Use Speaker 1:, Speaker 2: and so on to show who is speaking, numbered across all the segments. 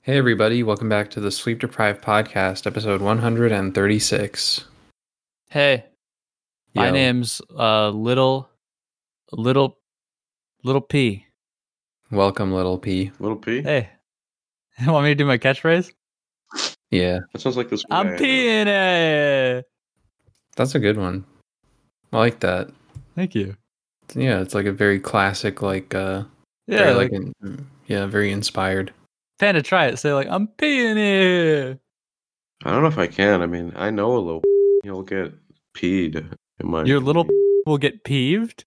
Speaker 1: Hey, everybody, welcome back to the Sleep Deprived Podcast, episode 136.
Speaker 2: Hey, my
Speaker 1: Yo,
Speaker 2: name's uh little little little P.
Speaker 1: Welcome, little P.
Speaker 3: Little P?
Speaker 2: Hey. You want me to do my catchphrase?
Speaker 1: Yeah,
Speaker 3: That sounds like this.
Speaker 2: I'm
Speaker 3: guy I know.
Speaker 2: peeing it.
Speaker 1: that's a good one. I like that.
Speaker 2: Thank you.
Speaker 1: Yeah, it's like a very classic, like, uh,
Speaker 2: Yeah,
Speaker 1: very, like,
Speaker 2: like,
Speaker 1: in, yeah, very inspired.
Speaker 2: Panda, try it. Say like I'm peeing it.
Speaker 3: I don't know if I can. I mean, I know a little. He'll get peed. In my
Speaker 2: Your little
Speaker 3: community.
Speaker 2: will get peeved.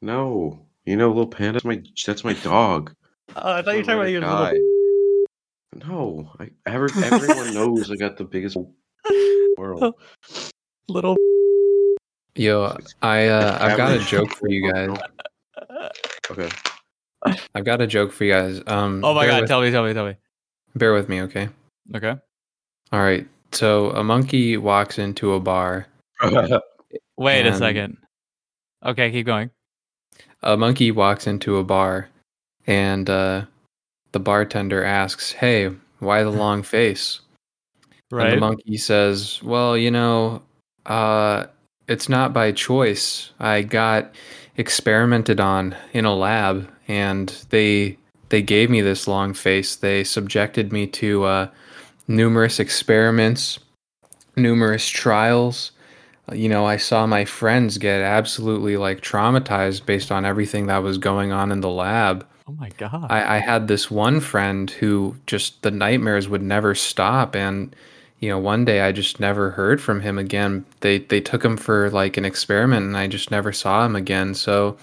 Speaker 3: No, you know, little panda. That's my. That's my dog.
Speaker 2: Oh, I
Speaker 3: My little guy. No, I, ever, everyone knows I got the biggest
Speaker 2: Oh.
Speaker 3: world.
Speaker 2: little
Speaker 1: Yo, I, uh, I've got a joke for you guys.
Speaker 3: Okay.
Speaker 1: I've got a joke for you guys. Um,
Speaker 2: Oh my
Speaker 1: bear
Speaker 2: god,
Speaker 1: with-
Speaker 2: tell me, tell me, tell me.
Speaker 1: bear with me, okay?
Speaker 2: Okay.
Speaker 1: All right. So a monkey walks into a bar.
Speaker 2: Wait a
Speaker 1: And-
Speaker 2: second. Okay, keep going.
Speaker 1: a monkey walks into a bar and uh, the bartender asks, Hey, why the long face? And
Speaker 2: Right.
Speaker 1: the monkey says, Well, you know, uh, it's not by choice. I got experimented on in a lab and they they gave me this long face. They subjected me to uh, numerous experiments, numerous trials. You know, I saw my friends get absolutely like traumatized based on everything that was going on in the lab.
Speaker 2: oh my god.
Speaker 1: I, I had this one friend who just the nightmares would never stop and you know one day I just never heard from him again they they took him for like an experiment and I just never saw him again so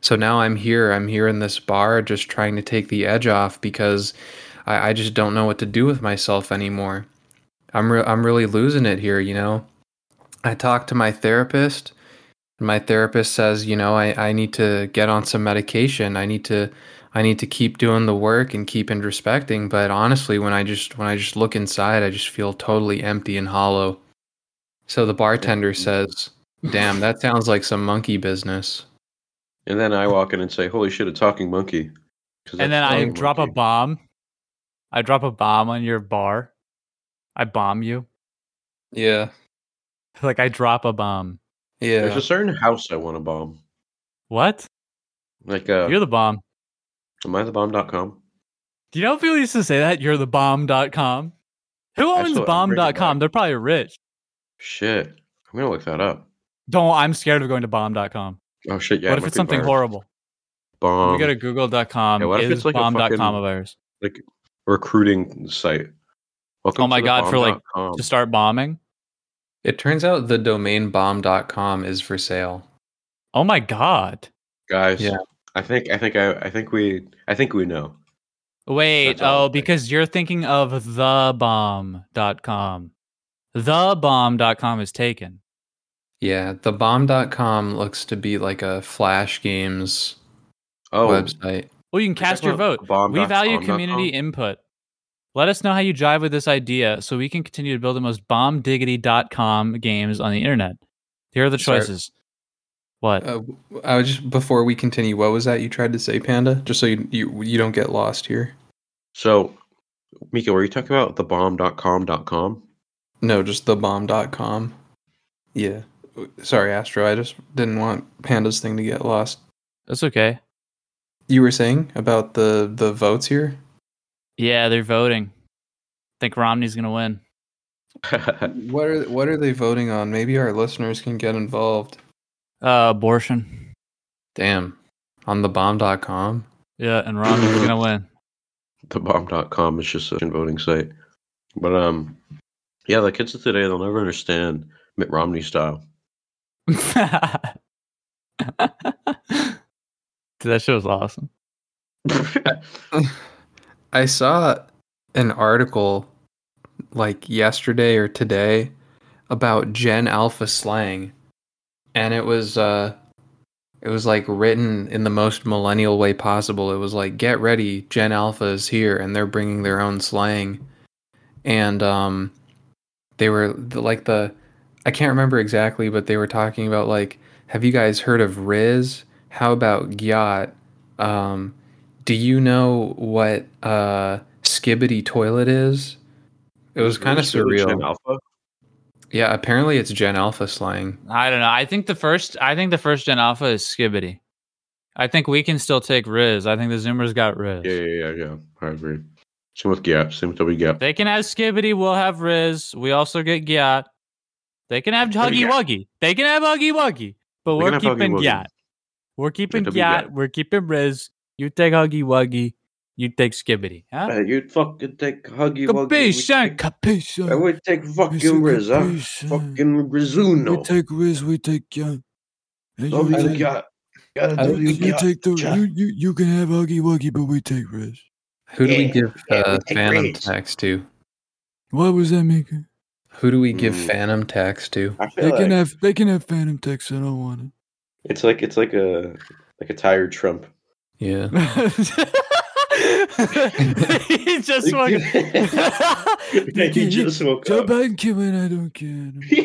Speaker 1: so now I'm here I'm here in this bar just trying to take the edge off because I, I just don't know what to do with myself anymore I'm re- I'm really losing it here you know I talked to my therapist and my therapist says you know I, I need to get on some medication I need to I need to keep doing the work and keep introspecting. But honestly, when I just when I just look inside, I just feel totally empty and hollow. So the bartender says, "Damn, that sounds like some monkey business."
Speaker 3: and then I walk in and say, "Holy shit, a talking monkey!" 'Cause
Speaker 2: and
Speaker 3: that's
Speaker 2: then I
Speaker 3: talking
Speaker 2: drop a
Speaker 3: monkey.
Speaker 2: bomb. I drop a bomb on your bar. I bomb you.
Speaker 1: Yeah,
Speaker 2: Like I drop a bomb.
Speaker 1: yeah.
Speaker 3: There's a certain house I want to bomb.
Speaker 2: What?
Speaker 3: Like, uh,
Speaker 2: You're the bomb.
Speaker 3: am I the bomb.com?
Speaker 2: Do you know people used to say that? You're the bomb.com. Who owns
Speaker 3: I still- I'm bringing it
Speaker 2: bomb.com?
Speaker 3: back.
Speaker 2: They're probably rich.
Speaker 3: Shit, I'm gonna look that up.
Speaker 2: Don't I'm scared of going to bomb.com.
Speaker 3: Oh shit, yeah.
Speaker 2: what
Speaker 3: it
Speaker 2: if
Speaker 3: might
Speaker 2: it's
Speaker 3: be
Speaker 2: something
Speaker 3: virus.
Speaker 2: horrible?
Speaker 3: Bomb.
Speaker 2: we go to google.com.
Speaker 3: yeah, what if
Speaker 2: is
Speaker 3: it's like a
Speaker 2: bomb.com
Speaker 3: fucking-
Speaker 2: a virus?
Speaker 3: like recruiting site. Welcome
Speaker 2: Oh my
Speaker 3: to the
Speaker 2: God, for, like,
Speaker 3: bomb.com.
Speaker 2: To start bombing?
Speaker 1: it turns out the domain bomb.com is for sale.
Speaker 2: Oh my god.
Speaker 3: guys.
Speaker 1: Yeah.
Speaker 3: I think I think I I think we I think we know.
Speaker 2: Wait,
Speaker 3: That's all
Speaker 2: oh,
Speaker 3: I'm thinking.
Speaker 2: because you're thinking of the bomb.com. The bomb.com is taken.
Speaker 1: Yeah, the bomb.com looks to be like a Flash games
Speaker 3: Oh,
Speaker 1: website.
Speaker 2: Well, you can
Speaker 3: we're talking
Speaker 2: cast your
Speaker 3: about
Speaker 2: vote.
Speaker 3: bomb
Speaker 2: We
Speaker 3: dot
Speaker 2: value
Speaker 3: com dot com?
Speaker 2: community input. Let us know how you jive with this idea so we can continue to build the most bombdiggity.com games on the internet. Here are the
Speaker 1: Sorry.
Speaker 2: choices. What?
Speaker 1: Uh, I was just before we continue. What was that you tried to say, Panda? Just so you you, you don't get lost here.
Speaker 3: So, Mika, were you talking about the bomb.com.com?
Speaker 1: No, just the bomb.com. Yeah. Sorry, Astro. I just didn't want Panda's thing to get lost.
Speaker 2: That's okay.
Speaker 1: You were saying about the the votes here?
Speaker 2: Yeah, they're voting. think Romney's going to win.
Speaker 3: Uh,
Speaker 1: What are what are they voting on? Maybe our listeners can get involved.
Speaker 2: Uh, abortion.
Speaker 1: Damn. On the bomb.com?
Speaker 2: Yeah, and Romney's going to win.
Speaker 3: the bomb.com is just a voting site. But um yeah, the kids of today they'll never understand Mitt Romney style.
Speaker 2: Dude, that shit was awesome.
Speaker 1: I saw an article like yesterday or today about Gen Alpha slang, and it was uh, it was like written in the most millennial way possible. It was like, "Get ready, Gen Alpha is here, and they're bringing their own slang," and um, they were the, like the I can't remember exactly, but they were talking about like, "Have you guys heard of Riz? How about Gyat?" Um, do you know what uh, skibbity toilet is. It was kind of
Speaker 3: Is it Gen
Speaker 1: surreal.
Speaker 3: Alpha?
Speaker 1: Yeah, apparently it's Gen Alpha slang.
Speaker 2: I don't know. I think the first. I think the first gen alpha is skibbity. I think we can still take Riz. I think the Zoomers got Riz.
Speaker 3: Yeah, yeah, yeah, yeah. I agree. Same with Gap. Same with W Gap.
Speaker 2: They can have skibbity. We'll have Riz. We also get Gyat. They can have
Speaker 3: Let me
Speaker 2: Huggy
Speaker 3: guess.
Speaker 2: Wuggy. They can have Huggy Wuggy. But
Speaker 3: We
Speaker 2: we are
Speaker 3: can have Huggy
Speaker 2: keeping
Speaker 3: Wuggy.
Speaker 2: Gyat. We're keeping
Speaker 3: W Gyat.
Speaker 2: Gyat. We're keeping Riz. You take Huggy Wuggy. You take Skibbity. Huh?
Speaker 3: Hey, you'd fucking take Huggy
Speaker 2: Capiche,
Speaker 3: Wuggy.
Speaker 2: capiche.
Speaker 3: I would take fucking Riz. I'm fucking
Speaker 4: We
Speaker 3: Rizuno.
Speaker 4: uh, take Riz, we take Gun. And you,
Speaker 3: W
Speaker 4: take,
Speaker 3: Gap. Gotta
Speaker 1: I
Speaker 4: uh,
Speaker 3: W
Speaker 4: you, you
Speaker 3: Gap.
Speaker 4: take the
Speaker 3: yeah.
Speaker 4: you, you you can have Huggy Wuggy, but we take Riz.
Speaker 1: Who do we
Speaker 3: Yeah,
Speaker 1: give
Speaker 3: yeah, we
Speaker 1: uh,
Speaker 3: take
Speaker 1: Phantom
Speaker 3: Riz.
Speaker 1: tax to?
Speaker 4: Why was that making?
Speaker 1: Who do we give
Speaker 3: Mm.
Speaker 1: Phantom tax to?
Speaker 3: I feel
Speaker 4: They
Speaker 3: like
Speaker 4: can have they can have Phantom Text. I don't want
Speaker 3: it's like it's like a like a tired Trump.
Speaker 1: Yeah.
Speaker 2: he just fucking.
Speaker 3: he just
Speaker 4: it.
Speaker 3: woke
Speaker 4: Joe
Speaker 3: up.
Speaker 4: Biden came in. I don't care.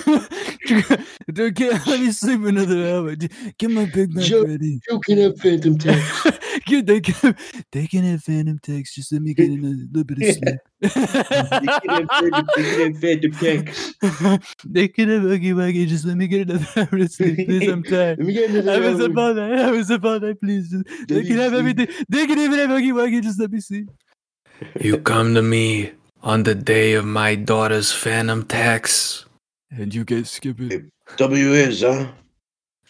Speaker 3: Joe
Speaker 4: I don't care. Let me sleep another hour. D- Get my Big Mac
Speaker 3: Joe-
Speaker 4: ready.
Speaker 3: can have phantom text.
Speaker 4: Get- they, can, they can have Phantom Text. Just let me get in a little bit of sleep.
Speaker 3: You can have phantom- you can have phantom text.
Speaker 4: they can have Huggy Wuggy. Just let me get another hour of sleep. Please, I'm tired.
Speaker 3: Let me get
Speaker 4: I
Speaker 3: another
Speaker 4: was
Speaker 3: one.
Speaker 4: about that. I was about that. Please, just, they
Speaker 3: me
Speaker 4: can have
Speaker 3: see.
Speaker 4: everything. They can even have Huggy Wuggy. Just let me see.
Speaker 1: You come to me on the day of my daughter's Phantom tax.
Speaker 4: And you guys skip it.
Speaker 3: W is, huh?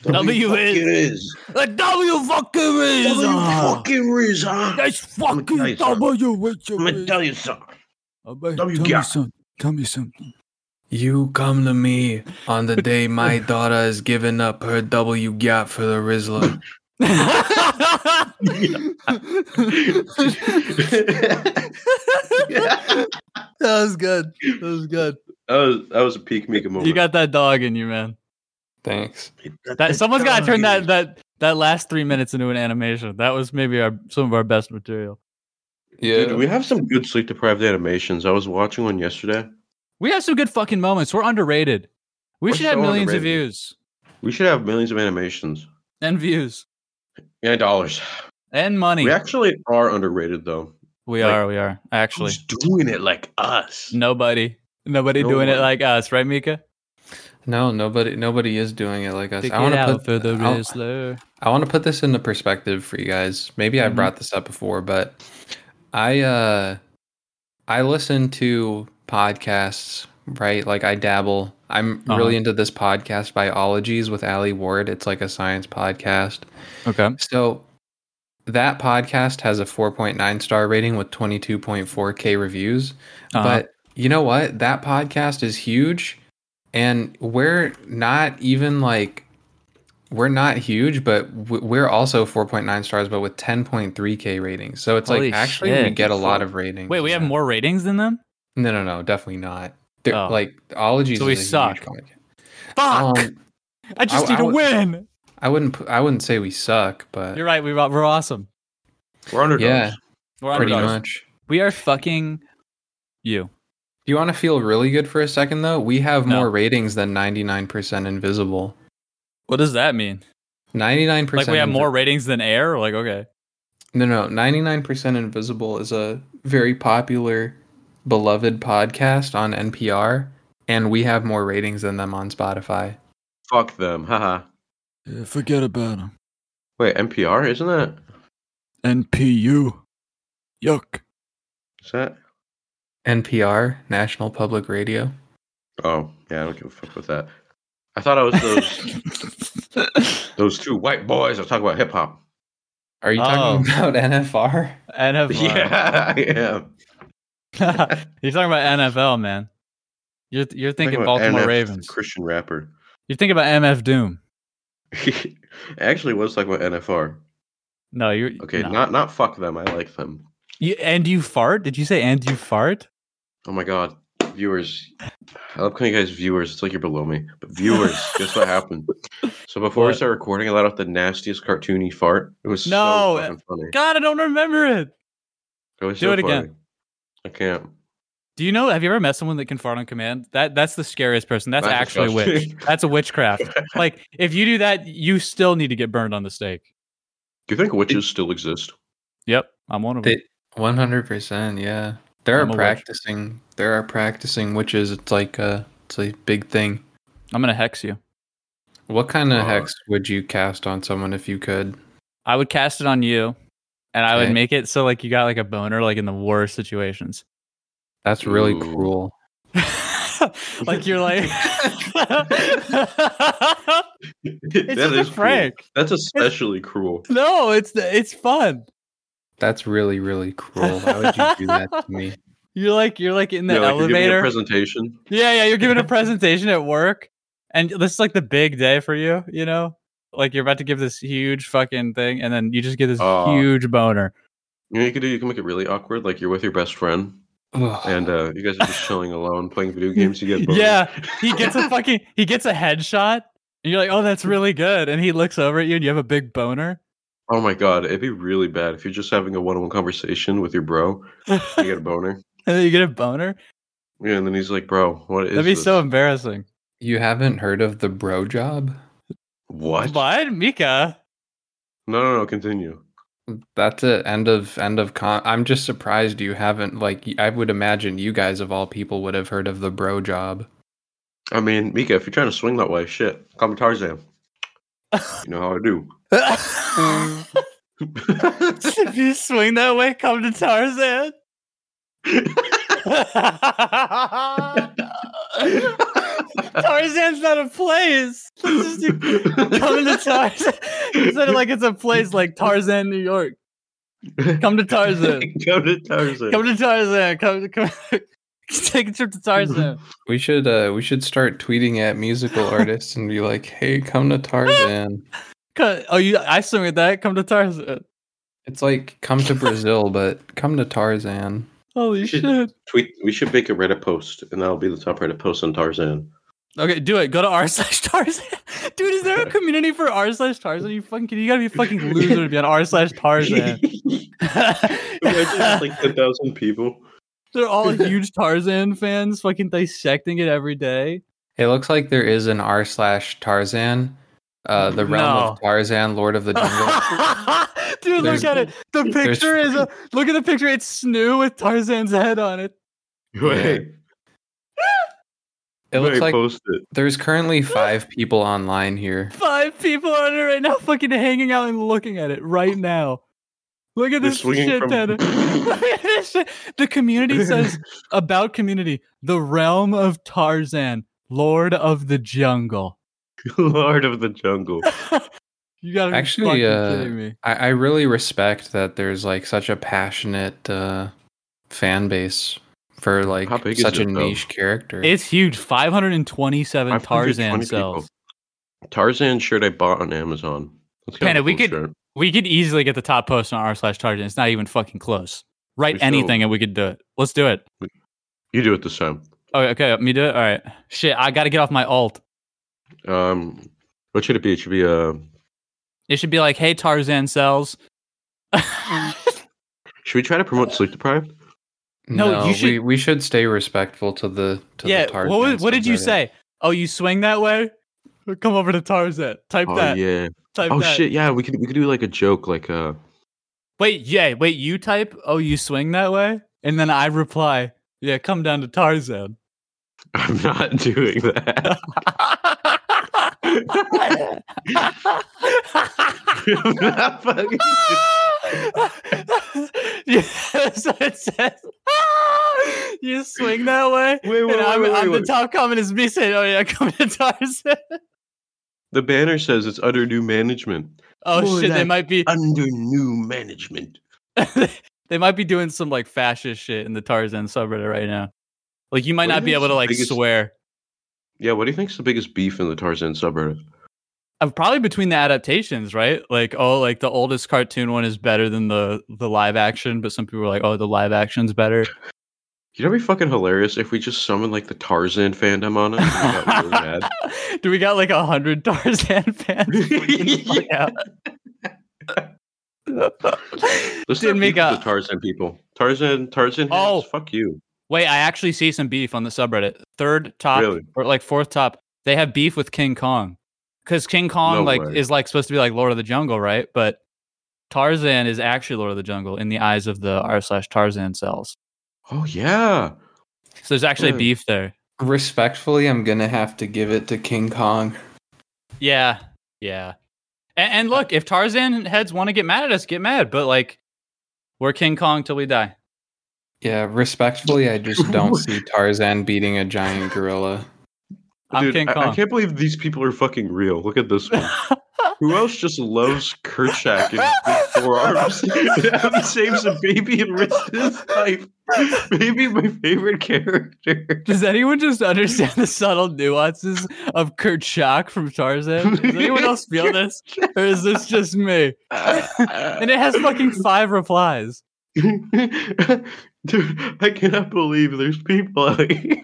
Speaker 2: W is.
Speaker 3: fucking is.
Speaker 2: A W fucking Riz.
Speaker 3: W
Speaker 4: uh,
Speaker 2: ah.
Speaker 3: fucking is, huh?
Speaker 4: That's
Speaker 3: I'ma tell you something.
Speaker 4: fucking double your weight.
Speaker 3: I'm gonna tell you something.
Speaker 4: Oh, Tell
Speaker 3: W
Speaker 4: me
Speaker 3: gap.
Speaker 4: something. Tell me something.
Speaker 1: You come to me on the day my daughter has given up her W gap for the Rizzler.
Speaker 3: that
Speaker 2: That was good. That was good.
Speaker 3: was that was a peak Mika moment.
Speaker 2: You got that dog in you, man.
Speaker 1: Thanks.
Speaker 2: That someone's got to turn that that that last three minutes into an animation. That was maybe our some of our best material.
Speaker 1: Yeah.
Speaker 3: Dude, we have some good sleep deprived animations. I was watching one yesterday.
Speaker 2: We have some good fucking moments. We're underrated. We
Speaker 3: We're
Speaker 2: should have
Speaker 3: so
Speaker 2: millions of
Speaker 3: underrated.
Speaker 2: views
Speaker 3: We should have millions of animations
Speaker 2: and views
Speaker 3: and dollars.
Speaker 2: and money.
Speaker 3: We actually are underrated, though.
Speaker 2: we
Speaker 3: like-
Speaker 2: are. We are actually
Speaker 3: Who's doing it like us?
Speaker 2: nobody. Nobody doing it
Speaker 3: Nobody.
Speaker 2: like us, right, Mika?
Speaker 1: No, nobody nobody is doing it like us.
Speaker 2: Stick
Speaker 1: I want
Speaker 2: it
Speaker 1: to put
Speaker 2: out for the
Speaker 1: I'll-
Speaker 2: Rizzler.
Speaker 1: I want to put this into perspective for you guys. Maybe I
Speaker 2: Mhm.
Speaker 1: brought this up before, but I uh I listen to podcasts, right? Like I dabble. I'm
Speaker 2: Uh-huh.
Speaker 1: really into this podcast by Ologies with Ali Ward. It's like a science podcast.
Speaker 2: Okay.
Speaker 1: So that podcast has a 4.9 star rating with 22.4k reviews.
Speaker 2: Uh-huh.
Speaker 1: But you know what? That podcast is huge. And we're not even like, we're not huge, but w- we're also 4.9 stars, but with 10.3K ratings. So it's
Speaker 2: Holy
Speaker 1: like, actually, we
Speaker 2: shit.
Speaker 1: get a lot of ratings.
Speaker 2: Wait, we have
Speaker 1: Yeah.
Speaker 2: more ratings than them?
Speaker 1: No, no, no, definitely not. They're-
Speaker 2: Oh.
Speaker 1: Like, Ologies
Speaker 2: So we
Speaker 1: is a
Speaker 2: suck.
Speaker 1: huge podcast.
Speaker 2: Fuck!
Speaker 1: Um,
Speaker 2: I just
Speaker 1: I-
Speaker 2: need
Speaker 1: I
Speaker 2: to
Speaker 1: would- Uh,
Speaker 2: win.
Speaker 1: I wouldn't, pu- I wouldn't say we suck, but
Speaker 2: You're right. We, we're awesome.
Speaker 3: We're underdogs.
Speaker 1: yeah,
Speaker 2: We're
Speaker 1: pretty
Speaker 2: underdogs.
Speaker 1: much.
Speaker 2: We are fucking you.
Speaker 1: Do you want to feel really good for a second, though? We have
Speaker 2: No.
Speaker 1: more ratings than 99% Invisible.
Speaker 2: What does that mean?
Speaker 1: 99%
Speaker 2: Like we have
Speaker 1: Invi-
Speaker 2: more ratings than air? Like okay,
Speaker 1: No, no, 99% Invisible is a very popular, beloved podcast on NPR, and we have more ratings than them on Spotify.
Speaker 3: Fuck them. Haha.
Speaker 4: Yeah, Uh, forget about him.
Speaker 3: Wait, NPR, isn't that?
Speaker 4: NPU. Yuck.
Speaker 3: Is that?
Speaker 1: NPR, National Public Radio.
Speaker 3: Oh, yeah, I don't give a fuck with that. I thought I was those those two white boys that talk about hip hop.
Speaker 1: Are you talking
Speaker 2: Oh.
Speaker 1: about NFR?
Speaker 2: NFL.
Speaker 3: Yeah, I am.
Speaker 2: You're talking about NFL, man. You're you're thinking Baltimore
Speaker 3: NF,
Speaker 2: Ravens.
Speaker 3: Christian rapper.
Speaker 2: You're thinking about MF Doom.
Speaker 3: I actually was talking about NFR.
Speaker 2: No, you're
Speaker 3: Okay,
Speaker 2: no.
Speaker 3: not not fuck them. I like them.
Speaker 2: You, and you fart? Did you say and you fart?
Speaker 3: Oh my god, viewers! I love calling you guys viewers. It's like you're below me, but viewers, guess what happened? So before we
Speaker 2: What?
Speaker 3: started recording, I let out the nastiest cartoony fart. It was
Speaker 2: No,
Speaker 3: so fucking funny.
Speaker 2: God, I don't remember it.
Speaker 3: It was
Speaker 2: do
Speaker 3: so
Speaker 2: it again.
Speaker 3: funny. I can't.
Speaker 2: Do you know? Have you ever met someone that can fart on command? That that's the scariest person. That's,
Speaker 3: That's
Speaker 2: actually a witch.
Speaker 3: disgusting.
Speaker 2: That's a witchcraft. like if you do that, you still need to get burned on the stake.
Speaker 3: Do you think witches still exist?
Speaker 2: Yep, I'm one of them.
Speaker 1: They, One hundred percent. Yeah, there
Speaker 2: I'm a
Speaker 1: are
Speaker 2: witch.
Speaker 1: practicing. There are practicing witches. It's like a it's a big thing.
Speaker 2: I'm gonna hex you.
Speaker 1: What kind of
Speaker 3: Uh,
Speaker 1: hex would you cast on someone if you could?
Speaker 2: I would cast it on you, and I would
Speaker 1: Okay.
Speaker 2: make it so like you got like a boner like in the worst situations.
Speaker 1: That's really
Speaker 3: Ooh.
Speaker 1: cruel.
Speaker 2: like you're like it's just a
Speaker 3: cruel.
Speaker 2: prank.
Speaker 3: That's especially cruel.
Speaker 2: No, it's it's fun.
Speaker 1: That's really really cruel. Why would you do that to me?
Speaker 2: You're like you're like in the
Speaker 3: Yeah, like you're giving a
Speaker 2: elevator.
Speaker 3: presentation.
Speaker 2: Yeah, yeah, you're giving a presentation at work, and this is like the big day for you. You know, like you're about to give this huge fucking thing, and then you just get this
Speaker 3: Oh.
Speaker 2: huge boner.
Speaker 3: You know, what you could do. You can make it really awkward. Like you're with your best friend,
Speaker 1: Ugh.
Speaker 3: and uh, you guys are just chilling alone, playing video games. You get boned.
Speaker 2: Yeah, He gets a fucking he gets a headshot, and you're like, oh, that's really good. And he looks over at you, and you have a big boner.
Speaker 3: Oh my god, it'd be really bad if you're just having a one-on-one conversation with your bro.
Speaker 2: and
Speaker 3: You get a boner.
Speaker 2: then you get a boner.
Speaker 3: Yeah, and then he's like, "Bro, what is
Speaker 2: That'd be
Speaker 3: this?
Speaker 2: so embarrassing.
Speaker 1: you haven't heard of the bro job?
Speaker 3: what?
Speaker 2: What, Mika?
Speaker 3: No, no, no. Continue.
Speaker 1: That's it. End of end of con. I'm just surprised you haven't. Like y- I would imagine you guys of all people would have heard of the bro job.
Speaker 3: I mean, Mika, if you're trying to swing that way, shit, call me Tarzan. You know how I do.
Speaker 2: if you swing that way, come to Tarzan. Tarzan's not a place. Let's just do- Come to Tarzan. Instead of like it's a place like Tarzan, New York. Come to Tarzan.
Speaker 3: Come to Tarzan.
Speaker 2: Come to Tarzan. Come to come. Take a trip to Tarzan.
Speaker 1: We should uh we should start tweeting at musical artists and be like, hey, come to Tarzan.
Speaker 2: Co- Oh, you! I swing at that. Come to Tarzan.
Speaker 1: It's like come to Brazil, but come to Tarzan.
Speaker 2: Holy
Speaker 3: You should-
Speaker 2: shit!
Speaker 3: Tweet. We should make a Reddit post, and that'll be the top Reddit post on Tarzan.
Speaker 2: Okay, do it. Go to r slash Tarzan. Dude, is there a community for r slash Tarzan? You fucking you gotta be a fucking loser to be on r slash Tarzan.
Speaker 3: Imagine it's like ten thousand people.
Speaker 2: They're all huge Tarzan fans, fucking dissecting it every day.
Speaker 1: It looks like there is an R slash Tarzan. Uh, the realm
Speaker 2: No.
Speaker 1: of Tarzan, Lord of the Jungle.
Speaker 2: Dude,
Speaker 1: There's-
Speaker 2: look at it. The
Speaker 1: there's-
Speaker 2: picture is a look at the picture. It's Snoo with Tarzan's head on it.
Speaker 3: Wait,
Speaker 1: It looks
Speaker 3: wait,
Speaker 1: like
Speaker 3: post it.
Speaker 1: there's currently five people online here.
Speaker 2: Five people on it right now, fucking hanging out and looking at it right now. Look at
Speaker 3: They're
Speaker 2: this
Speaker 3: swinging
Speaker 2: shit,
Speaker 3: from.
Speaker 2: Tanner. Look at this shit. the community says about community the realm of tarzan lord of the jungle
Speaker 3: Lord of the Jungle.
Speaker 2: you gotta
Speaker 1: Actually,
Speaker 2: be fucking
Speaker 1: uh,
Speaker 2: kidding me
Speaker 1: I, I really respect that there's like such a passionate uh, fan base for like
Speaker 3: How big is
Speaker 1: such a
Speaker 3: it, though?
Speaker 1: niche character.
Speaker 2: it's huge 527 tarzan
Speaker 3: 520
Speaker 2: cells
Speaker 3: Tarzan shirt I bought on Amazon. Let's get
Speaker 2: Panda,
Speaker 3: a
Speaker 2: we
Speaker 3: cool
Speaker 2: could-
Speaker 3: shirt.
Speaker 2: we could easily get the top post on r slash tarzan it's not even fucking close write
Speaker 3: We should.
Speaker 2: anything and we could do it let's do it
Speaker 3: You do it this time.
Speaker 2: okay okay me do it all right shit i gotta get off my alt
Speaker 3: Um, what should it be? It should be uh,
Speaker 2: it should be like hey tarzan cells
Speaker 3: Should we try to promote sleep deprived?
Speaker 2: no, you should-
Speaker 1: We, we should stay respectful to the to
Speaker 2: yeah
Speaker 1: the
Speaker 2: what, was,
Speaker 1: Tarzan
Speaker 2: what did you
Speaker 1: subreddit.
Speaker 2: say oh you swing that way come over to tarzan type
Speaker 3: Oh
Speaker 2: that
Speaker 3: yeah.
Speaker 2: type
Speaker 3: Oh
Speaker 2: that
Speaker 3: shit. Yeah, we could we could do like a joke, like uh.
Speaker 2: Wait, yeah, wait, you type, oh, you swing that way? And then I reply, yeah, come down to Tarzan.
Speaker 3: I'm not doing that. I'm not fucking.
Speaker 2: yes, it says, you swing that way?
Speaker 3: Wait,
Speaker 2: And
Speaker 3: wait, wait,
Speaker 2: I'm,
Speaker 3: wait,
Speaker 2: I'm
Speaker 3: wait,
Speaker 2: the
Speaker 3: wait.
Speaker 2: top comment is me saying, oh, yeah, come to Tarzan.
Speaker 3: The banner says it's under new management.
Speaker 2: Oh,
Speaker 3: More
Speaker 2: shit, they
Speaker 3: like
Speaker 2: might be,
Speaker 3: Under new management.
Speaker 2: they might be doing some, like, fascist shit in the Tarzan subreddit right now. Like, you might
Speaker 3: What
Speaker 2: not
Speaker 3: do
Speaker 2: be
Speaker 3: you
Speaker 2: able
Speaker 3: think's
Speaker 2: to,
Speaker 3: the
Speaker 2: like,
Speaker 3: biggest-
Speaker 2: swear.
Speaker 3: Yeah, what do you think's the biggest beef in the Tarzan subreddit?
Speaker 2: i Uh, probably between the adaptations, right? Like, oh, like the oldest cartoon one is better than the the live action, but some people are like, oh, the live action's better.
Speaker 3: You know, it'd be fucking hilarious if we just summoned like the Tarzan fandom on it. and got really mad.
Speaker 2: Do we got like a hundred Tarzan fans? We can find out.
Speaker 3: Let's
Speaker 2: Dude,
Speaker 3: not beef
Speaker 2: Mika.
Speaker 3: with the Tarzan people. Tarzan, Tarzan. heads,
Speaker 2: Oh.
Speaker 3: fuck you.
Speaker 2: Wait, I actually see some beef on the subreddit. Third top
Speaker 3: Really?
Speaker 2: or like fourth top, they have beef with King Kong because King Kong
Speaker 3: No
Speaker 2: like
Speaker 3: way.
Speaker 2: is like supposed to be like Lord of the Jungle, right? But Tarzan is actually Lord of the Jungle in the eyes of the r slash Tarzan cells.
Speaker 3: Oh yeah.
Speaker 2: So there's actually
Speaker 3: Hmm.
Speaker 2: beef there.
Speaker 1: Respectfully, I'm gonna have to give it to King Kong.
Speaker 2: Yeah, yeah. And, and look, if Tarzan heads want to get mad at us, get mad. But like, we're King Kong till we die.
Speaker 1: Yeah, respectfully, I just don't see Tarzan beating a giant gorilla.
Speaker 2: I'm
Speaker 3: Dude,
Speaker 2: King
Speaker 3: I- I,
Speaker 2: Kong.
Speaker 3: can't believe these people are fucking real. Look at this one. Who else just loves Kerchak and big forearms? Adam saves a baby and risks his life. Maybe my favorite character.
Speaker 2: Does anyone just understand the subtle nuances of Kurt Shock from Tarzan? Does anyone else feel this, or is this just me? And it has fucking five replies.
Speaker 3: Dude, I cannot believe there's people out here.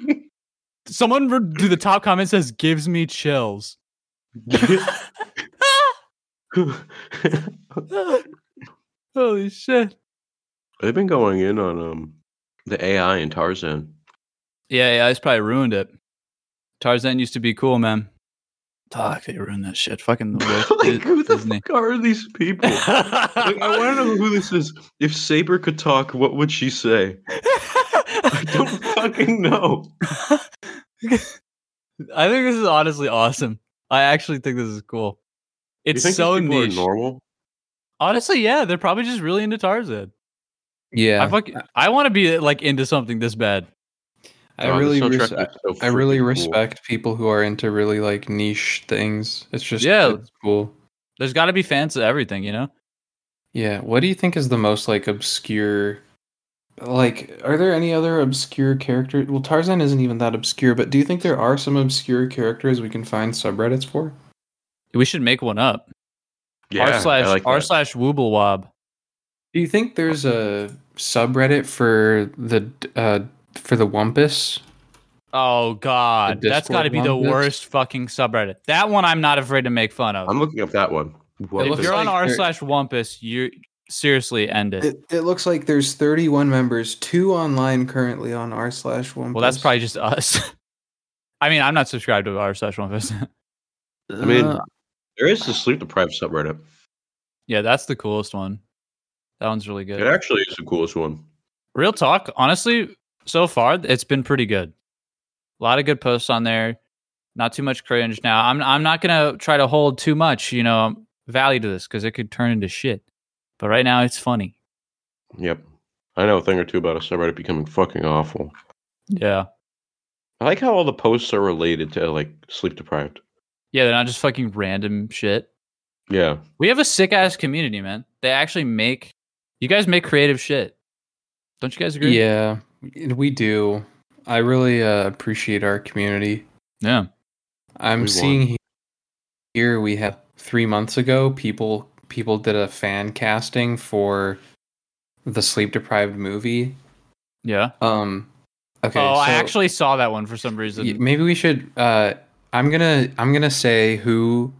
Speaker 2: Someone re- to the top comment says, "Gives me chills."
Speaker 3: They've
Speaker 2: Holy shit!
Speaker 3: been going in on um the AI in Tarzan.
Speaker 2: Yeah, yeah, it's probably ruined it. Tarzan used to be cool, man. Fuck, they ruined that shit. Fucking
Speaker 3: like, who the fuck are these people? like, I want to know who this is. If Saber could talk, what would she say? I don't fucking know.
Speaker 2: I think this is honestly awesome. I actually think this is cool.
Speaker 3: You
Speaker 2: It's
Speaker 3: think these
Speaker 2: so
Speaker 3: people are
Speaker 2: niche.
Speaker 3: normal.
Speaker 2: Honestly, yeah, they're probably just really into Tarzan. I
Speaker 1: Yeah,
Speaker 2: fucking, I want to be like into something this bad.
Speaker 1: I,
Speaker 3: God,
Speaker 1: really,
Speaker 3: this soundtrack
Speaker 1: res-
Speaker 3: is
Speaker 1: I
Speaker 3: so
Speaker 1: really
Speaker 3: freaking cool.
Speaker 1: respect people who are into really like niche things. It's just
Speaker 2: Yeah.
Speaker 1: it's cool.
Speaker 2: There's got to be fans of everything, you know.
Speaker 1: Yeah. What do you think is the most like obscure? Like, are there any other obscure characters? Well, Tarzan isn't even that obscure, but do you think there are some obscure characters we can find subreddits for?
Speaker 2: We should make one up.
Speaker 3: Yeah,
Speaker 2: r slash
Speaker 3: I like
Speaker 2: r
Speaker 3: that.
Speaker 2: slash wooblewob.
Speaker 1: Do you think there's a subreddit for the uh for the Wumpus?
Speaker 2: Oh god,
Speaker 1: The
Speaker 2: that's got to be
Speaker 1: Discord
Speaker 2: the
Speaker 1: one, bitch.
Speaker 2: worst fucking subreddit. That one I'm not afraid to make fun of.
Speaker 3: I'm looking up that one. What
Speaker 2: if
Speaker 1: looks
Speaker 2: you're on
Speaker 1: like
Speaker 2: r
Speaker 1: they're-
Speaker 2: slash Wumpus, you seriously end it.
Speaker 1: It, it looks like there's 31 members, two online currently on r slash Wumpus.
Speaker 2: Well, that's probably just us. I mean, I'm not subscribed to r slash Wumpus.
Speaker 3: I mean,
Speaker 1: Uh,
Speaker 2: uh,
Speaker 3: there is the sleep deprived subreddit.
Speaker 2: yeah, that's the coolest one. That one's really good.
Speaker 3: It actually is the coolest one.
Speaker 2: Real talk, honestly, so far it's been pretty good. A lot of good posts on there. Not too much cringe. Now, I'm I'm not gonna try to hold too much, you know, value to this because it could turn into shit. But right now, it's funny.
Speaker 3: Yep. I know a thing or two about a subreddit becoming fucking awful.
Speaker 2: Yeah,
Speaker 3: I like how all the posts are related to like sleep deprived.
Speaker 2: yeah, they're not just fucking random shit.
Speaker 3: Yeah.
Speaker 2: We have a sick ass community, man. They actually make you guys make creative shit. Don't you guys agree?
Speaker 1: yeah, we do. I really uh, appreciate our community.
Speaker 2: Yeah.
Speaker 1: I'm
Speaker 3: We
Speaker 1: seeing
Speaker 3: won.
Speaker 1: he- here we have three months ago people people did a fan casting for the sleep deprived movie.
Speaker 2: Yeah.
Speaker 1: Um, okay,
Speaker 2: oh, I
Speaker 1: so-
Speaker 2: actually saw that one for some
Speaker 1: Y-
Speaker 2: reason.
Speaker 1: maybe we should uh i'm gonna i'm gonna say who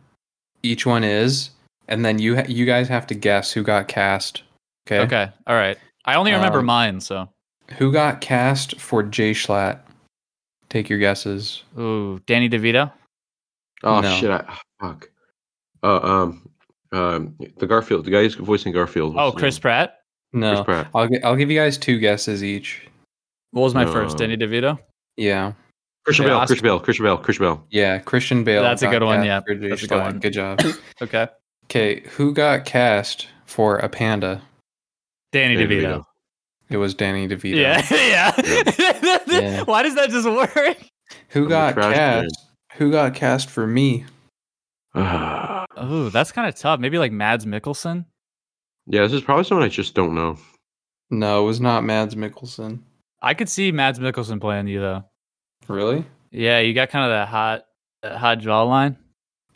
Speaker 1: each one is and then you ha- you guys have to guess who got cast okay
Speaker 2: Okay. All right. I only remember
Speaker 1: Um,
Speaker 2: mine, so.
Speaker 1: who got cast for jay schlatt take your guesses
Speaker 2: Ooh, Danny DeVito.
Speaker 3: Oh
Speaker 1: No.
Speaker 3: shit! I, ah, fuck. Uh, um, um, the Garfield, the guy who's voicing Garfield. what's
Speaker 2: Oh,
Speaker 3: his
Speaker 2: Chris
Speaker 3: name?
Speaker 2: Pratt.
Speaker 1: no
Speaker 3: Chris Pratt.
Speaker 1: I'll, gi- I'll give you guys two guesses each
Speaker 2: What was my first?
Speaker 3: Uh,
Speaker 2: Danny DeVito.
Speaker 1: yeah
Speaker 3: Christian
Speaker 2: Yeah,
Speaker 3: Bale.
Speaker 2: Oscar-
Speaker 3: Christian Bale. Christian Bale. Christian Bale.
Speaker 1: yeah christian bale
Speaker 2: That's a
Speaker 1: got
Speaker 2: good one,
Speaker 1: cast
Speaker 2: yeah.
Speaker 1: for Jai
Speaker 2: That's a good
Speaker 1: Schlatt.
Speaker 2: one.
Speaker 1: good job
Speaker 2: Okay.
Speaker 1: okay who got cast for a panda
Speaker 2: Danny,
Speaker 3: Danny
Speaker 2: DeVito.
Speaker 1: it was danny devito
Speaker 2: Yeah. Yeah.
Speaker 1: Yeah.
Speaker 2: Why does that just work?
Speaker 1: who
Speaker 3: I'm a
Speaker 1: got
Speaker 3: trash
Speaker 1: cast who got cast for me
Speaker 3: Ah.
Speaker 2: Ooh, that's kind of tough. Maybe like Mads Mikkelsen.
Speaker 3: yeah, this is probably someone I just don't know.
Speaker 1: no it was not mads mikkelsen
Speaker 2: I could see Mads Mikkelsen playing you though.
Speaker 1: Really?
Speaker 2: Yeah, you got kind of that hot, that hot jawline.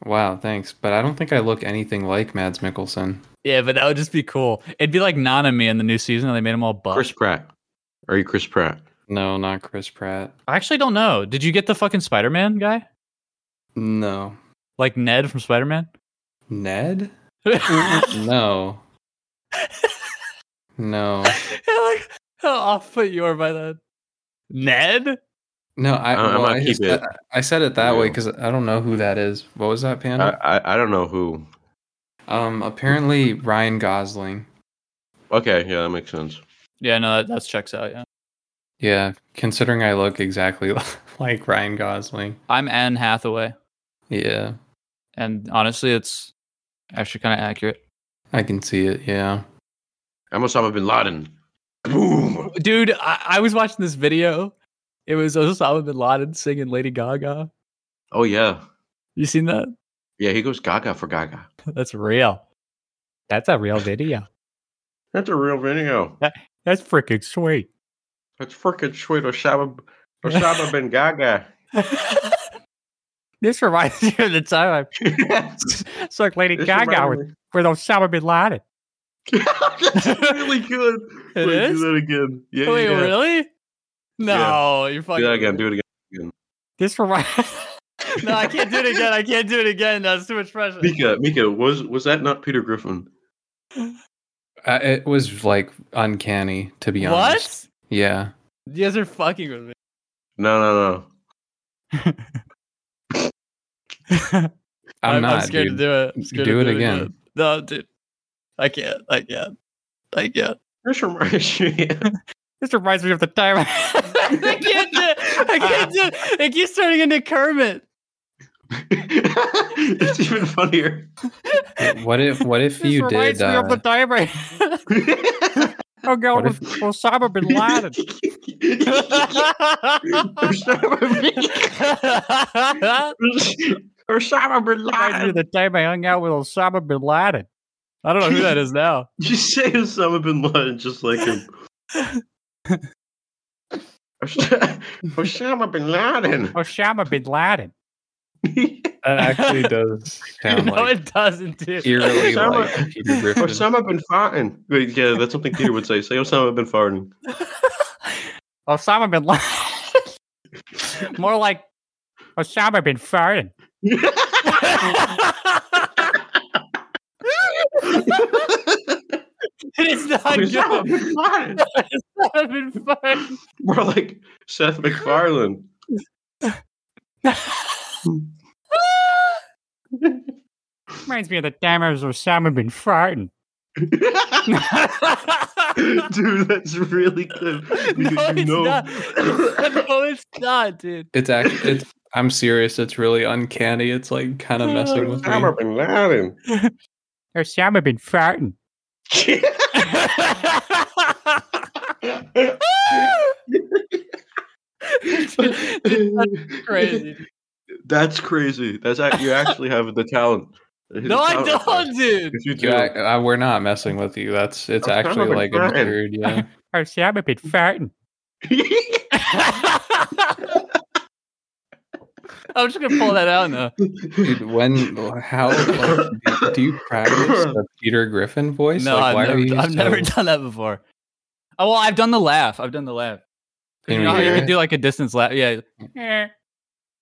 Speaker 1: Wow, thanks. But I don't think I look anything like Mads Mikkelsen.
Speaker 2: Yeah, but that would just be cool. It'd be like Nanami in the new season. and They made him all buff.
Speaker 3: Chris Pratt. Are you Chris Pratt?
Speaker 1: No, not Chris Pratt.
Speaker 2: I actually don't know. Did you get the fucking Spider Man guy?
Speaker 1: No.
Speaker 2: Like Ned from Spider Man?
Speaker 1: Ned?
Speaker 2: like,
Speaker 1: No. no.
Speaker 2: how off put you are by that. Ned?
Speaker 1: No, I,
Speaker 3: I- I'm
Speaker 1: well,
Speaker 3: gonna
Speaker 1: I,
Speaker 3: keep
Speaker 1: just-
Speaker 3: it
Speaker 1: I said it that way
Speaker 3: real.
Speaker 1: because I don't know who that is. What was that, Panda?
Speaker 3: I, I I don't know who.
Speaker 1: Um, apparently Ryan Gosling.
Speaker 3: Okay, yeah, that makes sense.
Speaker 2: Yeah, no, that that's checks out. Yeah,
Speaker 1: Yeah, considering I look exactly like Ryan Gosling.
Speaker 2: I'm Anne Hathaway,
Speaker 1: Yeah,
Speaker 2: and honestly, it's actually kind of accurate,
Speaker 1: I can see it. Yeah.
Speaker 3: I'm Osama bin Laden. Boom.
Speaker 2: dude. I, I was watching this video. It was Osama bin Laden singing Lady Gaga.
Speaker 3: Oh yeah,
Speaker 2: You seen that?
Speaker 3: yeah. He goes Gaga for Gaga.
Speaker 2: That's real. That's a real video.
Speaker 3: That's a real video.
Speaker 2: That's freaking sweet.
Speaker 3: That's freaking sweet, Osama. Osama bin Gaga.
Speaker 2: this reminds me of the time I sucked Lady
Speaker 3: This
Speaker 2: Gaga
Speaker 3: reminds
Speaker 2: with,
Speaker 3: me-
Speaker 2: with Osama bin Laden.
Speaker 3: That's really good.
Speaker 2: It
Speaker 3: Wait,
Speaker 2: is?
Speaker 3: Do that again. Yeah,
Speaker 2: Wait,
Speaker 3: yeah.
Speaker 2: really? No, you're
Speaker 3: Do
Speaker 2: fucking.
Speaker 3: that again. Do it again.
Speaker 2: This reminds. no, I can't do it again. I can't do it again. That's too much pressure.
Speaker 3: Mika, Mika, was was that not Peter Griffin?
Speaker 1: Uh, it was like uncanny, to be honest.
Speaker 2: What?
Speaker 1: Yeah.
Speaker 2: You guys are fucking with me.
Speaker 3: No, no, no.
Speaker 2: I'm,
Speaker 1: I'm, not.
Speaker 2: scared
Speaker 1: dude.
Speaker 2: to do it. I'm scared
Speaker 1: Do
Speaker 2: to
Speaker 1: it again.
Speaker 2: No, dude. I can't. I can't. I can't.
Speaker 3: This reminds me.
Speaker 2: This reminds me of the time. I can't do it. I can't do it. It keeps turning into Kermit.
Speaker 3: it's even funnier.
Speaker 1: What if what if
Speaker 2: This
Speaker 1: you
Speaker 2: reminds
Speaker 1: did
Speaker 2: me
Speaker 1: uh,
Speaker 2: of the time I, I'm
Speaker 1: What
Speaker 2: going with Osama bin Laden. reminds
Speaker 3: Osama bin
Speaker 2: me of
Speaker 3: Laden.
Speaker 2: the time I hung out with Osama bin Laden. I don't know who that is now.
Speaker 3: You say Osama bin Laden just like him. Os- Osama bin Laden.
Speaker 2: Osama bin Laden.
Speaker 1: that actually does sound
Speaker 2: no,
Speaker 1: like
Speaker 2: it doesn't, dude.
Speaker 1: eerily
Speaker 3: Osama-
Speaker 1: like Peter Griffin.
Speaker 3: Osama bin Farting. Wait, yeah, that's something Peter would say. Say Osama bin Farting.
Speaker 2: Osama bin Laden. More like Osama bin Farden. it's not good.
Speaker 3: Osama bin Laden.
Speaker 2: Osama bin Farden.
Speaker 3: More like Seth MacFarlane.
Speaker 2: Reminds me of the time I was Osama bin Farden.
Speaker 3: Dude, that's really good. Because
Speaker 2: no,
Speaker 3: you
Speaker 2: it's
Speaker 3: know-
Speaker 2: not. no, it's not, dude.
Speaker 1: It's actually it's I'm serious, it's really uncanny. It's like kind of messing with me.
Speaker 3: Osama bin Laden.
Speaker 2: Osama bin Farden. Crazy.
Speaker 3: That's crazy. That's act- you actually have the talent.
Speaker 2: No, I
Speaker 3: Talent.
Speaker 2: don't, dude.
Speaker 3: If you do,
Speaker 1: You act- uh, we're not messing with you. That's it's
Speaker 3: Osama
Speaker 1: actually
Speaker 3: bin
Speaker 1: like absurd, yeah.
Speaker 2: Osama bin Farden. I'm just gonna pull that out now.
Speaker 1: Dude, when how like, do, do you practice the Peter Griffin voice?
Speaker 2: No,
Speaker 1: like,
Speaker 2: I've, never, I've
Speaker 1: so-
Speaker 2: never done that before. Oh well, I've done the laugh. I've done the laugh. 'Cause
Speaker 1: Can
Speaker 2: you know
Speaker 1: we
Speaker 2: how you
Speaker 1: hear
Speaker 2: can
Speaker 1: it?
Speaker 2: do like a distance laugh. Yeah,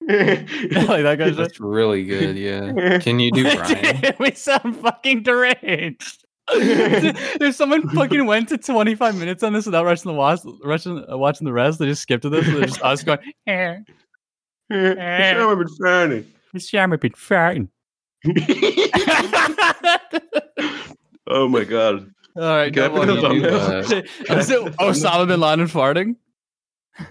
Speaker 2: Eh, like that kind of stuff.
Speaker 1: That's really good, yeah. Can you do Brian?
Speaker 2: Dude, we sound fucking deranged. Dude, if someone fucking went to 25 minutes on this without rushing the was- rushing, uh, watching the rest, they just skipped to this. And they're just us going, eh,
Speaker 3: Osama bin Laden.
Speaker 2: Osama bin Farden.
Speaker 3: Oh my god.
Speaker 2: All right,
Speaker 3: Can I
Speaker 2: no
Speaker 3: put
Speaker 2: more.
Speaker 3: those on
Speaker 1: You do,
Speaker 3: there?
Speaker 1: uh,
Speaker 2: Is it Osama bin Laden farting?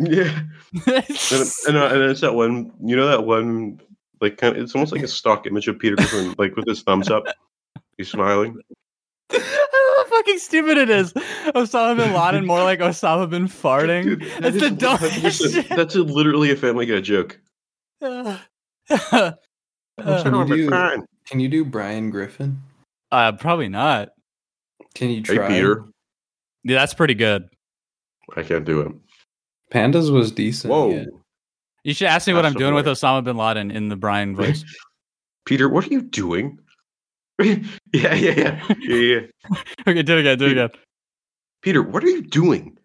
Speaker 3: Yeah. And, and, uh, and it's that one, you know, that one, like, kind of, it's almost like a stock image of Peter Griffin, like with his thumbs up. He's smiling.
Speaker 2: I don't know how fucking stupid it is. Osama bin Laden, more like Osama bin farting.
Speaker 3: Dude, that
Speaker 2: That's the
Speaker 3: is- that's,
Speaker 2: dumbest
Speaker 3: just a- that's a- literally a Family Guy joke.
Speaker 2: shit.
Speaker 1: Can you do-
Speaker 3: Fine.
Speaker 1: Can you do Brian Griffin?
Speaker 2: uh, probably not.
Speaker 1: Can you
Speaker 3: Hey,
Speaker 1: try?
Speaker 3: Peter.
Speaker 2: Yeah, that's pretty good.
Speaker 3: I can't do it.
Speaker 1: Pandas was decent.
Speaker 3: Whoa.
Speaker 1: yeah.
Speaker 2: You should ask me what
Speaker 3: That's
Speaker 2: I'm
Speaker 3: the
Speaker 2: doing with
Speaker 3: boy.
Speaker 2: Osama bin Laden in the Brian voice.
Speaker 3: Peter, what are you doing? yeah, yeah, yeah, yeah, yeah.
Speaker 2: okay, do it again. Do it again.
Speaker 3: Peter, what are you doing?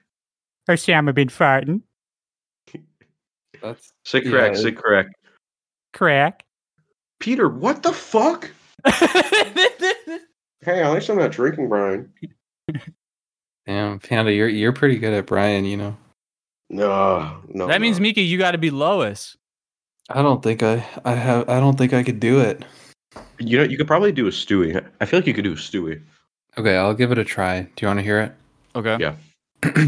Speaker 2: Osama bin farting.
Speaker 1: That's
Speaker 3: Sick crack,
Speaker 1: Yeah.
Speaker 3: sick crack.
Speaker 2: Crack.
Speaker 3: Peter, what the fuck?
Speaker 2: I
Speaker 3: Hey, at least I'm not drinking, Brian.
Speaker 1: damn Panda. You're you're pretty good at Brian. You know.
Speaker 3: No, no.
Speaker 2: That means
Speaker 3: no.
Speaker 2: Mika, you got to be Lois.
Speaker 1: I don't think I I have I don't think I could do it.
Speaker 3: You know, you could probably do a Stewie. I feel like you could do a
Speaker 1: Oh,
Speaker 3: Stewie.
Speaker 1: Okay, I'll give it a try. Do you want to hear it?
Speaker 2: Okay.
Speaker 3: Yeah.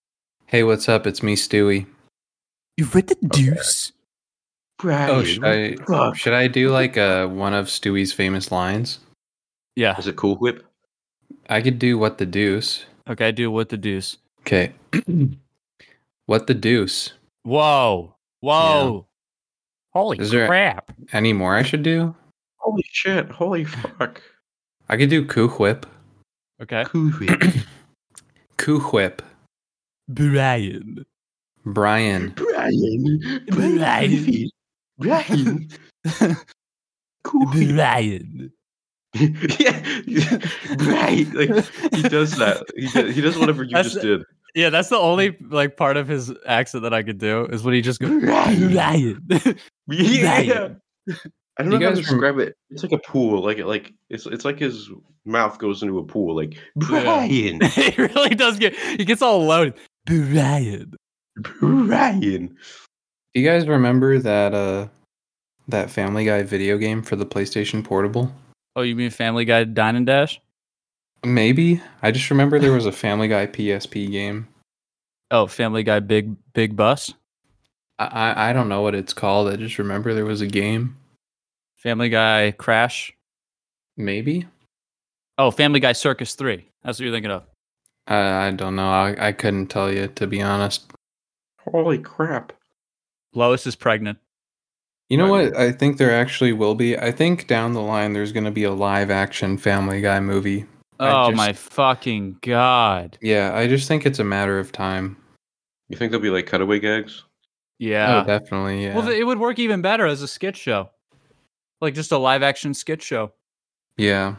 Speaker 1: hey, what's up? It's me, Stewie.
Speaker 4: You read the deuce?
Speaker 3: Brian,
Speaker 1: Oh, should I
Speaker 3: fuck?
Speaker 1: should I do like uh one of Stewie's famous lines?
Speaker 2: Yeah.
Speaker 3: Is it Cool Whip?
Speaker 1: I could do what the deuce.
Speaker 2: Okay. Do what the deuce.
Speaker 1: Okay. what the deuce?
Speaker 2: Whoa. Whoa. Holy
Speaker 1: Is there-
Speaker 2: crap.
Speaker 1: Any more I should do?
Speaker 3: Holy shit! Holy fuck!
Speaker 1: I could do coo whip.
Speaker 2: Okay.
Speaker 3: Cool Whip.
Speaker 1: Coo whip.
Speaker 2: Brian.
Speaker 1: Brian.
Speaker 3: Brian.
Speaker 4: Brian.
Speaker 3: Griffey. Brian. Cool Whip.
Speaker 4: Brian.
Speaker 3: yeah, right. Like he does that. He does, he does whatever you
Speaker 2: That's
Speaker 3: just did.
Speaker 2: Yeah, that's the only like part of his accent that I could do is when he just goes.
Speaker 3: Right.
Speaker 4: Brian.
Speaker 3: Yeah.
Speaker 4: Right.
Speaker 3: I don't
Speaker 1: You
Speaker 3: know how
Speaker 1: guys rem-
Speaker 3: to describe it. It's like a pool. Like it. Like it's it's like his mouth goes into a pool. Like
Speaker 2: Yeah.
Speaker 3: Brian,
Speaker 2: he really does get. He gets all loaded.
Speaker 4: Brian.
Speaker 3: Brian.
Speaker 1: Do you guys remember that uh that Family Guy video game for the PlayStation Portable?
Speaker 2: Oh, you mean Family Guy Dine and Dash?
Speaker 1: Maybe. I just remember there was a Family Guy PSP game.
Speaker 2: Oh, Family Guy Big Big Bus.
Speaker 1: I I, I don't know what it's called. I just remember there was a game.
Speaker 2: Family Guy Crash.
Speaker 1: Maybe.
Speaker 2: Oh, Family Guy Circus Three. That's what you're thinking of.
Speaker 1: I I don't know. I, I couldn't tell you to be honest.
Speaker 3: Holy crap!
Speaker 2: Lois is pregnant.
Speaker 1: You know
Speaker 3: Right.
Speaker 1: what? I think there actually will be. I think down the line there's going to be a live action Family Guy movie. I
Speaker 2: Oh
Speaker 1: just-
Speaker 2: my fucking god.
Speaker 1: Yeah, I just think it's a matter of time.
Speaker 3: You think there'll be like cutaway gags?
Speaker 2: Yeah.
Speaker 1: Oh, definitely. Yeah.
Speaker 2: Well, th- it would work even better as a skit show, like just a live action skit show.
Speaker 1: yeah.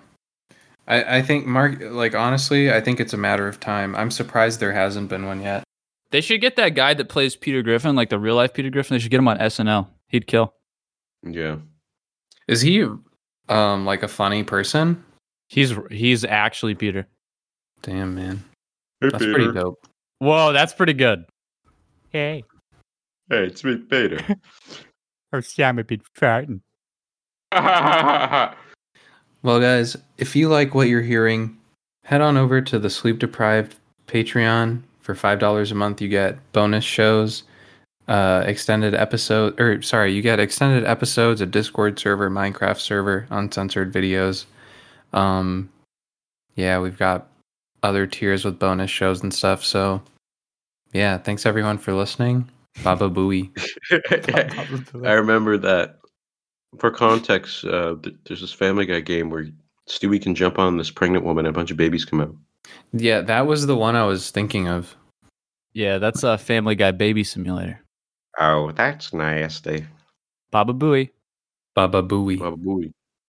Speaker 1: I, I think Mark like honestly, I think it's a matter of time. I'm surprised there hasn't been one yet.
Speaker 2: They should get that guy that plays Peter Griffin, like the real life Peter Griffin. They should get him on SNL. He'd kill.
Speaker 3: Yeah.
Speaker 1: Is he um like a funny person?
Speaker 2: He's he's actually Peter.
Speaker 1: Damn man. That's pretty dope.
Speaker 2: Whoa, that's pretty good. Hey,
Speaker 3: Hey, it's me, Peter.
Speaker 2: or Sam would be frightened.
Speaker 1: Well guys, if you like what you're hearing, head on over to the sleep deprived Patreon for five dollars a month you get bonus shows, uh extended episode or sorry, you get extended episodes, a Discord server, Minecraft server, uncensored videos. Um yeah, we've got other tiers with bonus shows and stuff, so yeah, thanks everyone for listening. Baba Booey.
Speaker 3: I remember that. For context, uh, th- there's this Family Guy game where Stewie can jump on this pregnant woman and a bunch of babies come out.
Speaker 1: Yeah, that was the one I was thinking of.
Speaker 2: Yeah, that's a Family Guy baby simulator.
Speaker 3: Oh, that's nasty.
Speaker 2: Baba Booey.
Speaker 1: Baba Booey.
Speaker 3: Baba Booey.